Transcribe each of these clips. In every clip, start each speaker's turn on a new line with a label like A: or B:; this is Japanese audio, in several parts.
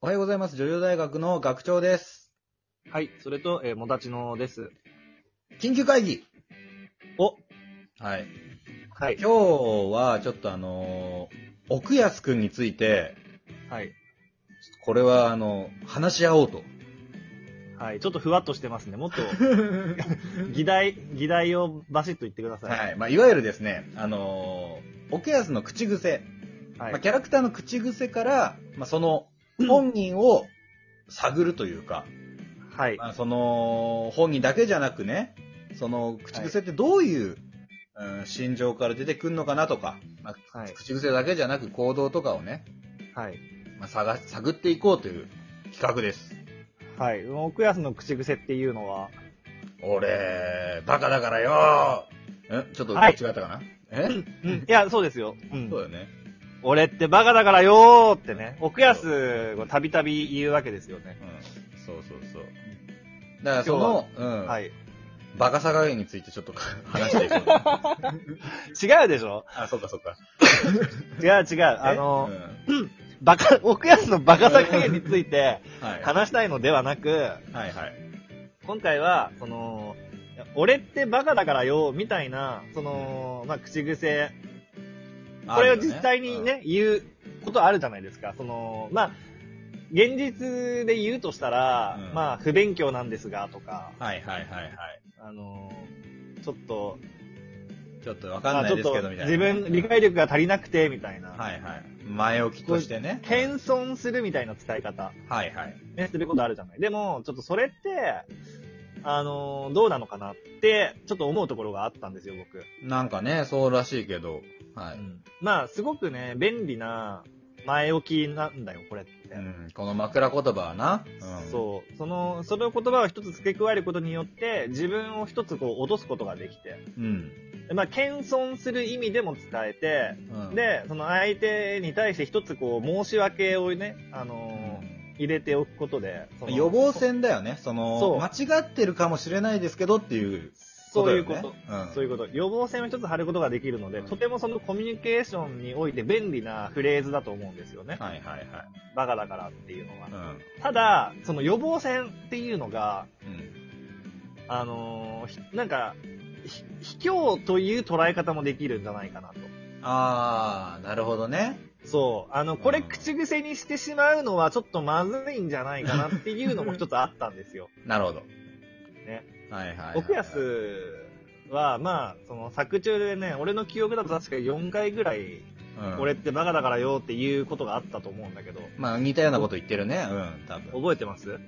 A: おはようございます。女優大学の学長です。
B: はい、それと、えー、もだちのです。
A: 緊急会議
B: お
A: はい。
B: はい。
A: 今日は、ちょっとあのー奥安くんについて、
B: はい。
A: これは、あの、話し合おう と。
B: はい。ちょっとふわっとしてますね。もっ と、議題、議題をバシッと言ってください。
A: はい。まあ、いわゆるですね、あのー奥安の口癖、
B: は
A: まあ、キャラクターの口癖から、まあ、その、本人を探るというか、
B: はい。
A: まあ、その、本人だけじゃなくね、その、口癖ってどういう、うん心情から出てくるのかなとか、まあ、
B: はい。
A: 口癖だけじゃなく行動とかをね、
B: はい。
A: まあ、探し探っていこうという企画です。
B: はい。奥安の口癖っていうのは、
A: 俺、バカだからよんちょっと
B: は
A: 違っ
B: い
A: たかな、え
B: うん。いや、そうですよ。うん
A: そうだよね。
B: 俺ってバカだからよーってね、奥安をたびたび言うわけですよね。
A: うん。そうそうそう。だからその、うん、
B: はい。
A: バカさ加減についてちょっと 話していこう。
B: 違うでしょ
A: あ、そうかそうか。
B: 違う違う。あの、
A: うん
B: バカ、奥安のバカさ加減について
A: はい。
B: 話したいのではなく、
A: はいはい。
B: 今回は、その、いや俺ってバカだからよ、みたいな、その、まあ、口癖、これを実際にね、言うことあるじゃないですか。その、まあ、現実で言うとしたら、
A: うん
B: まあ、不勉強なんですが、とか、
A: あるよね。うんはいはいはいはい。
B: あの、ちょっと、
A: ちょっとわ
B: ま
A: かん
B: あ
A: ない
B: ちょっ
A: です
B: と
A: けど、みたいな。
B: 自分、理解力が足りなくて、みたいな。
A: はいはい。前置きとしてね。
B: 謙遜するみたいな使い方、
A: はいはい。
B: ね、することあるじゃない。でも、ちょっとそれって、あの、どうなのかなって、ちょっと思うところがあったんですよ、僕。
A: なんかね、そうらしいけど。はい。
B: まあ、すごくね、便利な前置きなんだよ、これって。
A: うん、この枕言葉はな。うん、
B: そう。その、その言葉を一つ付け加えることによって、自分を一つこう落とすことができて、
A: う。うん。
B: でまあ、謙遜する意味でも伝えて、
A: うん、
B: で、その相手に対して一つこう、申し訳をね、あ
A: う
B: のー
A: ん
B: 入れておくことで、その
A: 予防線だよね。その
B: そう
A: 間違ってるかもしれないですけどっていう
B: そ
A: こ
B: う
A: と
B: い
A: だ
B: う
A: よ
B: こ
A: ね。
B: と。
A: うん、
B: そういうこと。予防線を一つ張ることができるので、とてもそのコミュニケーションにおいて便利なフレーズだと思うんですよね。
A: はいはい
B: バカだからっていうのは。
A: はい。
B: ただ、その予防線っていうのが、
A: うん。うん。
B: あのーひなんか、ひ卑怯という捉え方もできるんじゃないかなと。
A: あー、なるほどね。
B: そう。あの、こ
A: う
B: れ
A: ん
B: 口癖にしてしまうのはちょっとまずいんじゃないかなっていうのも一つあったんですよ。
A: なるほど。
B: ね。
A: はいはい、はい。
B: 奥安は、まあ、その作中でね、俺の記憶だと確か4回ぐらい、
A: うん、
B: 俺っ。てバカだからよっていうことがあったと思うんだけど、
A: まあ似たようなこと言ってるね。うん、多分。
B: 覚えてます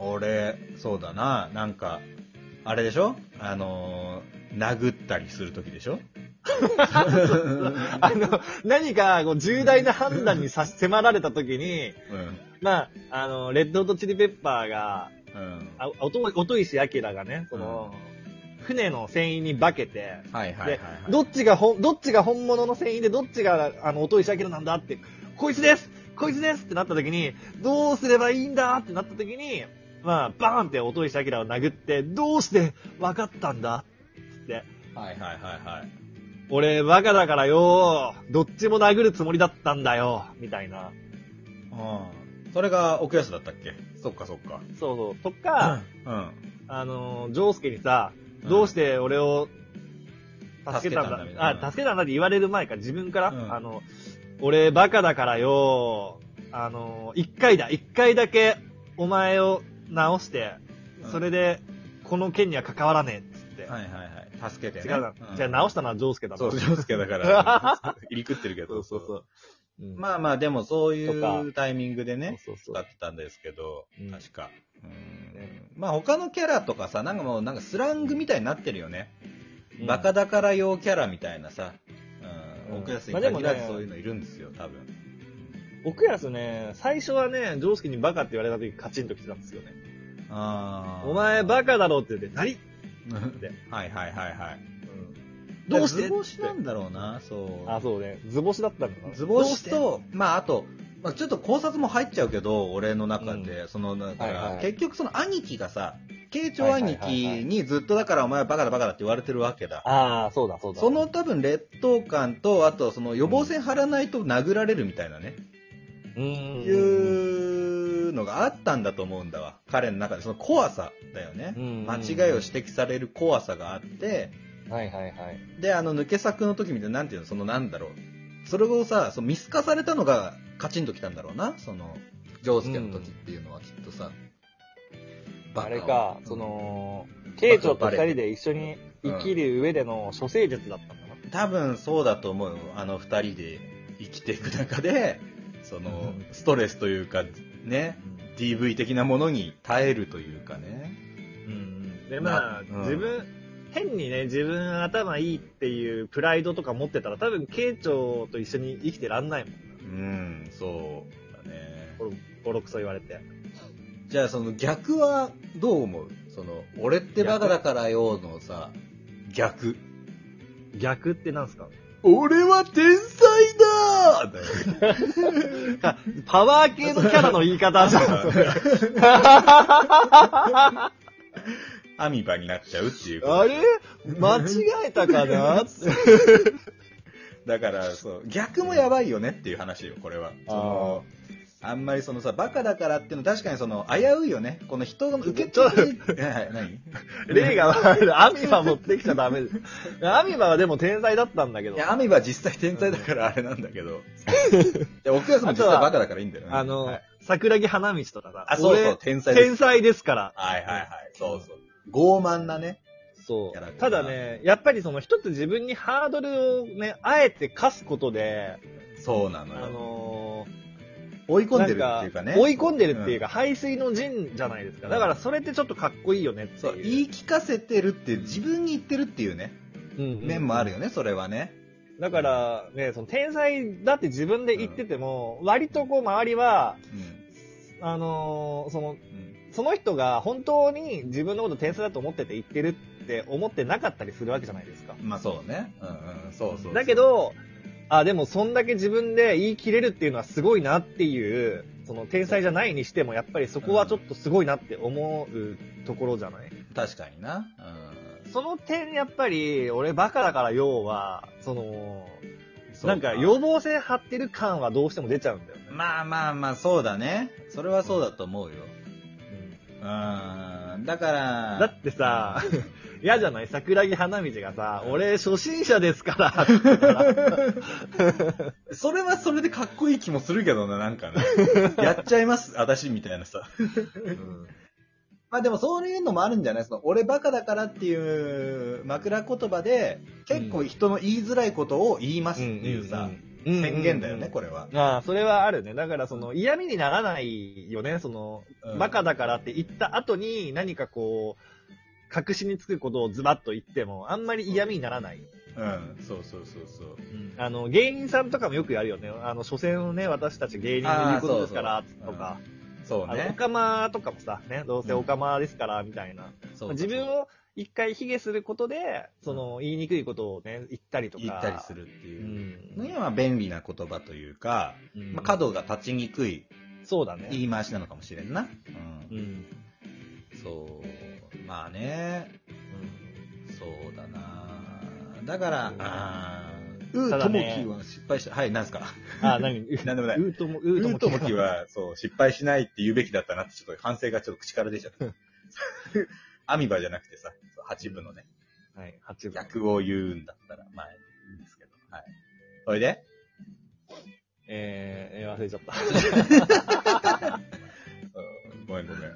A: 俺、そうだな。なんか、あれでしょあのー、殴ったりするときで しょ
B: あの、何かこう重大な判断に差し迫られた時に、
A: うん。
B: まあ、あの、レッドホットチリペッパーが、
A: うん。
B: あ音音石明がね、その、船の船員に化けて、
A: はいはいはい、はい。
B: どっちがほん、どっちが本物の船員で、どっちが、あの、音石明なんだって、こいつですこいつですってなった時に、どうすればいいんだってなった時に、まあ、バーンって音石明を殴って、どうして分かったんだつって、
A: はいはいはいはい。
B: 俺、バカだからよどっちも殴るつもりだったんだよみたい
A: う
B: な。
A: ん。それが奥安だったっけそっかそっか。
B: そうそう。とか、
A: うん。
B: あの、ジョースケにさ、
A: うん
B: どうして俺を助けたん
A: 助けた
B: だ、
A: んだみたいな
B: あ、助けたんだって言われる前か、自分から、
A: うん
B: あの、俺バカだからよ、あの、一回だ、一回だけお前を直して、
A: うん
B: それで、この件には関わらねえ、っつって。
A: はいはいはい。助けて、
B: 違
A: ね。
B: うな、じゃあ直したのはジョースケだ
A: そ
B: と
A: う、ジョースケだ から。入りくってるけ
B: そ
A: ど。
B: うそうそう。うん
A: まあまあ、でもそうい
B: とか
A: うタイミングでね、
B: そうそ
A: 使
B: うそ
A: っ
B: う。
A: てたんですけど、
B: うん
A: 確か。うん
B: ね
A: まあ他のキャラとかさ、なんかもうなんかスラングみたいになってるよね。
B: うん
A: バカだから用キャラみたいなさ。うん。
B: うん
A: 奥安に
B: まあでも
A: 限
B: ね
A: らずそういうのいるんですよ、多分。
B: 奥安ね、最初はね、ジョースケにバカって言われた時カチンと来てたんですよね。
A: ああ。
B: お前バカだろって言って、 何
A: って。はいはいはいはい。
B: どうして
A: 図星なんだろうな、そう。
B: あ、そうね。図星だったのかな
A: 図星、と、まああと、まあ、ちょっと考察も入っちゃうけど、俺の中で、その、だから、
B: はいはい
A: 結局その兄貴がさ、慶長兄貴にずっとだからお前はバカだバカだって言われてるわけだ。
B: ああ、そうだ、そうだ。
A: その、多分劣等感と、あとその予防線張らないと殴られるみたいなね、
B: うん。
A: いうのがあったんだと思うんだわ。彼の中で、その怖さだよね。
B: うん
A: 間違いを指摘される怖さがあって、
B: はいはいはい。
A: で、あの、抜け作の時みたいな、なんていうの、そのなんだろう。それをさ、その見透かされたのがカチンときたんだろうな、その、ジョースケの時っていうのはきっとさ。バカ
B: あ
A: を
B: れか、そ、の、慶長と二人で一緒に生きる上での処世術だったんだな。
A: 多分そうだと思うよあの二人で生きていく中でその
B: うん
A: ストレスというかね DV 的なものに耐えるというかね
B: うんで、まあ、
A: うん
B: 自分、変にね、自分頭いいっていうプライドとか持ってたら、多分、慶長と一緒に生きてらんないもん。
A: うんそうだね
B: ボロボロクソ言われて。
A: じゃあその逆はどう思うその「俺ってバカだからよ」のさ逆
B: 逆ってなんすか
A: 「俺は天才だ!」だよ
B: パワー系のキャラの言い方じゃ ん。
A: アミバになっちゃうっていうこと
B: あれ間違えたかな
A: だから、そう、逆もやばいよねっていう話よ、これは。その あんまりそのさ、バカだからっていうの確かにその、危ういよね。この人の受け
B: ちょ
A: 取
B: っ と
A: り、え何
B: 例が悪い。アミバ持ってきちゃダメです。アミバはでも天才だったんだけど
A: い。や、アミバ実際天才だからあれなんだけ ど。いや、奥安も実際バカだからいいんだよね。
B: あの、
A: はい
B: 桜木花道とかさ。
A: あ、そうそう、
B: 俺
A: 天才で
B: 天
A: す。
B: 才ですから。
A: はいはいはい、そうそう。傲慢なね。
B: そ
A: キャラク
B: う。
A: ター
B: ただね、やっぱりその一つ自分にハードルをね、あえて課すことで、
A: そうなの
B: あ
A: よ。
B: の
A: 追い
B: ー、
A: 込んでるっていうか
B: な
A: ね。
B: ん追い込んでるっていうか、排水の陣じゃないですか。だからそれってちょっとかっこいいよねっていう。
A: そう、言い聞かせてるって自分に言ってるっていうね、
B: うんうん
A: 面もあるよね、それはね。
B: だから、ね、その天才だって自分で言ってても、割とこう周りは、
A: うん
B: あのーその、
A: うん
B: その人が本当に自分のこと天才だと思ってて言ってるって思ってなかったりするわけじゃないですか。
A: まあそうね。うんうん、そうそうそう
B: だけ、ど、あ、でもそんだけ自分で言い切れるっていうのはすごいなっていう、その天才じゃないにしても、やっぱりそこはちょっとすごいなって思うところじゃない。
A: 確かにな。
B: その点、やっぱり、俺バカだから要は、その、
A: うん。
B: なんか予防線張ってる感はどうしても出ちゃうんだよね。
A: まあまあまあ、そうだね。それはそうだと思うよ。うん。だから、
B: だってさ、嫌じゃない桜木花道がさ、俺初心者ですから。
A: それはそれでかっこいい気もするけどな、なんかね。 やっちゃいます、私みたいなさ。まあでもそういうのもあるんじゃないその、俺バカだからっていう枕言葉で、結構人の言いづらいことを言いますっていうさ、宣言だよね、これは。
B: れ。ああ、それはあるね。だからその嫌味にならないよね。その、
A: うん
B: バカだからって言った後に何かこう、隠しにつくことをズバッと言っても、あんまり嫌味にならない。
A: うん、そうそうそうそう。
B: あの、芸人さんとかもよくやるよね。あの、所詮をね、私たち芸人の言うことですから、とか。
A: そう
B: あの、オ
A: ね。
B: カマとかもさ、ね、どうせオカマですから、みたいな。
A: そう
B: 自分を一回卑下することで、その、言いにくいことをね、言ったりとか。
A: 言ったりするって
B: う
A: いう。のに
B: ん。
A: は便利な言葉というか、
B: うん
A: まあ、角が立ちにくい
B: そうだね。
A: 言い回しなのかもしれんな。う。
B: うんん。
A: そう。まあね。そうだな。だから、あーう
B: た
A: ー
B: だ
A: とも
B: ね
A: きは失敗し、はい、なんすか。
B: あ、何う
A: なんでもない。う
B: うとも、う
A: ーともき
B: は。
A: は、そう、失敗しないって言うべきだったなって、ちょっと反省がちょっと口から出ちゃ った。アミバじゃなくてさ、八部のね、
B: はい、八分。
A: 逆を言うんだったら、まあ、いいんですけど。はい。それで
B: えー、えー忘れちゃ った。
A: うんごめんごめん。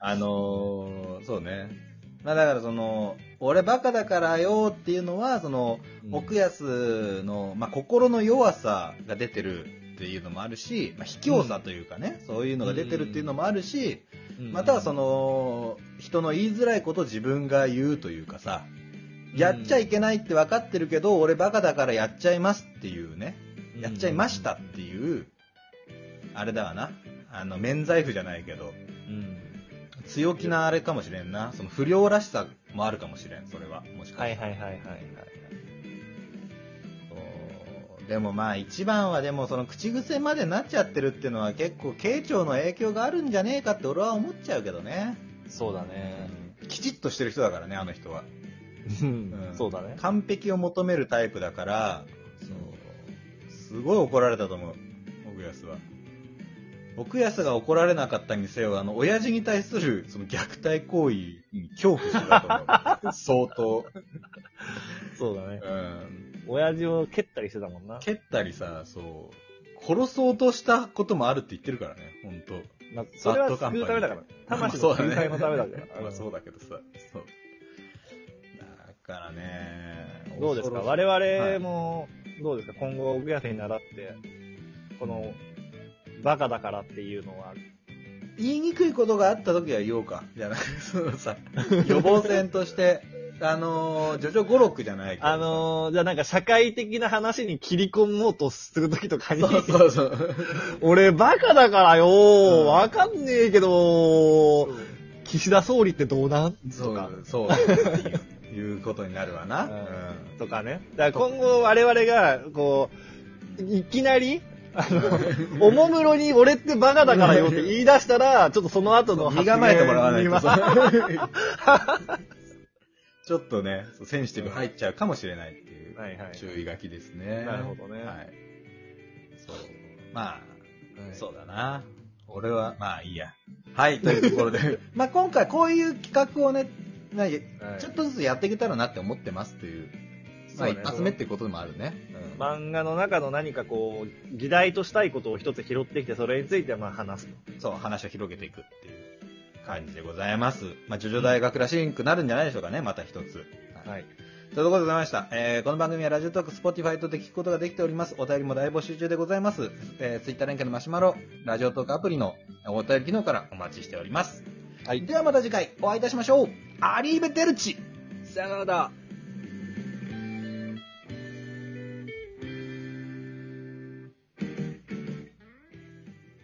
A: あのー、そうね。まあだからその、俺バカだからよっていうのは、その、奥安の、まあ、心の弱さが出てるっていうのもあるし、まあ、卑怯さというかね、そういうのが出てるっていうのもあるし、
B: う ん
A: またはそ、の、人の言いづらいことを自分が言うというかさ、やっちゃいけないって分かってるけど、俺バカだからやっちゃいますっていうね、
B: うん
A: やっちゃいました。っていう、あれだわな。あの、免罪符じゃないけど、
B: うん。
A: 強気なあれかもしれんな。その不良らしさもあるかもしれん、それは。もしか
B: はい
A: した
B: はい
A: ら。
B: はいはいはい。
A: そうでもまあ一番はでもその口癖までなっちゃってるっていうのは結構慶長の影響があるんじゃねえかって俺は思っちゃうけどね。
B: そうだね。
A: きちっとしてる人だからね、あの人は。
B: うんそうだね。
A: 完璧を求めるタイプだから、そう。すごい怒られたと思う、奥安は。奥安が怒られなかったにせよ、あの、親父に対する、その虐待行為に恐怖してたと思う。相当。
B: そうだね。
A: うん。
B: 親父を蹴ったりしてたもんな。
A: 蹴ったりさ、そう、殺そうとしたこともあるって言ってるからね、ほんと。
B: まあ、それは救うためだから。魂の救いのためだから。
A: まあそう
B: だ。
A: だけどさ、そう。だからね、
B: どうです
A: 恐
B: か
A: ろしい
B: 我々も、どうですか今後、奥安に習って、この、バカだからっていうのは、
A: 言いにくいことがあった時は言おうか。じゃなくて、そのさ、予防線として、あのー、ジョジョ5、6じゃないけどさ
B: あのー、じゃあなんか社会的な話に切り込もうとするときとかに、
A: そうそうそう。
B: 俺バカだからよー、
A: うん
B: わ、かんねえけどー、岸田総理ってどうなん
A: そ
B: とか
A: う、そう、いういうことになるわな。
B: うん
A: うん
B: とかね。だから今後我々が、こう、いきなり、あ の、おもむろに俺ってバカだからよって言い出したら、ちょっとその後の
A: 身構えてもらわないと
B: 発言には
A: さ。 ちょっとね、そうセンシティブ入っちゃうかもしれないっていう
B: はいはい
A: 注意書きですね。
B: なるほどね
A: はい。そう。まあ、
B: はい
A: そうだな。俺は、まあいいや。はい、というところで。 まあ今回こういう企画をね、なんか
B: はい
A: ちょっとずつやっていけたらなって思ってますという、まあ
B: そうね
A: 一発目っていうことでもあるね。うん
B: 漫画の中の何かこう、議題としたいことを一つ拾ってきて、それについてまあ話す。
A: そう、話を広げていくっていう感じでございます。まあ、ジョジョ大学らしくなるんじゃないでしょうかね、また一つ。
B: はい。
A: ということでございました。えーこの番組はラジオトーク、スポティファイとで聞くことができております。お便りも大募集中でございます。えー、ツイッター連携のマシュマロ、ラジオトークアプリのお便り機能からお待ちしております。
B: はい
A: ではまた次回お会いいたしましょう。アリーベデルチ
B: さよなら。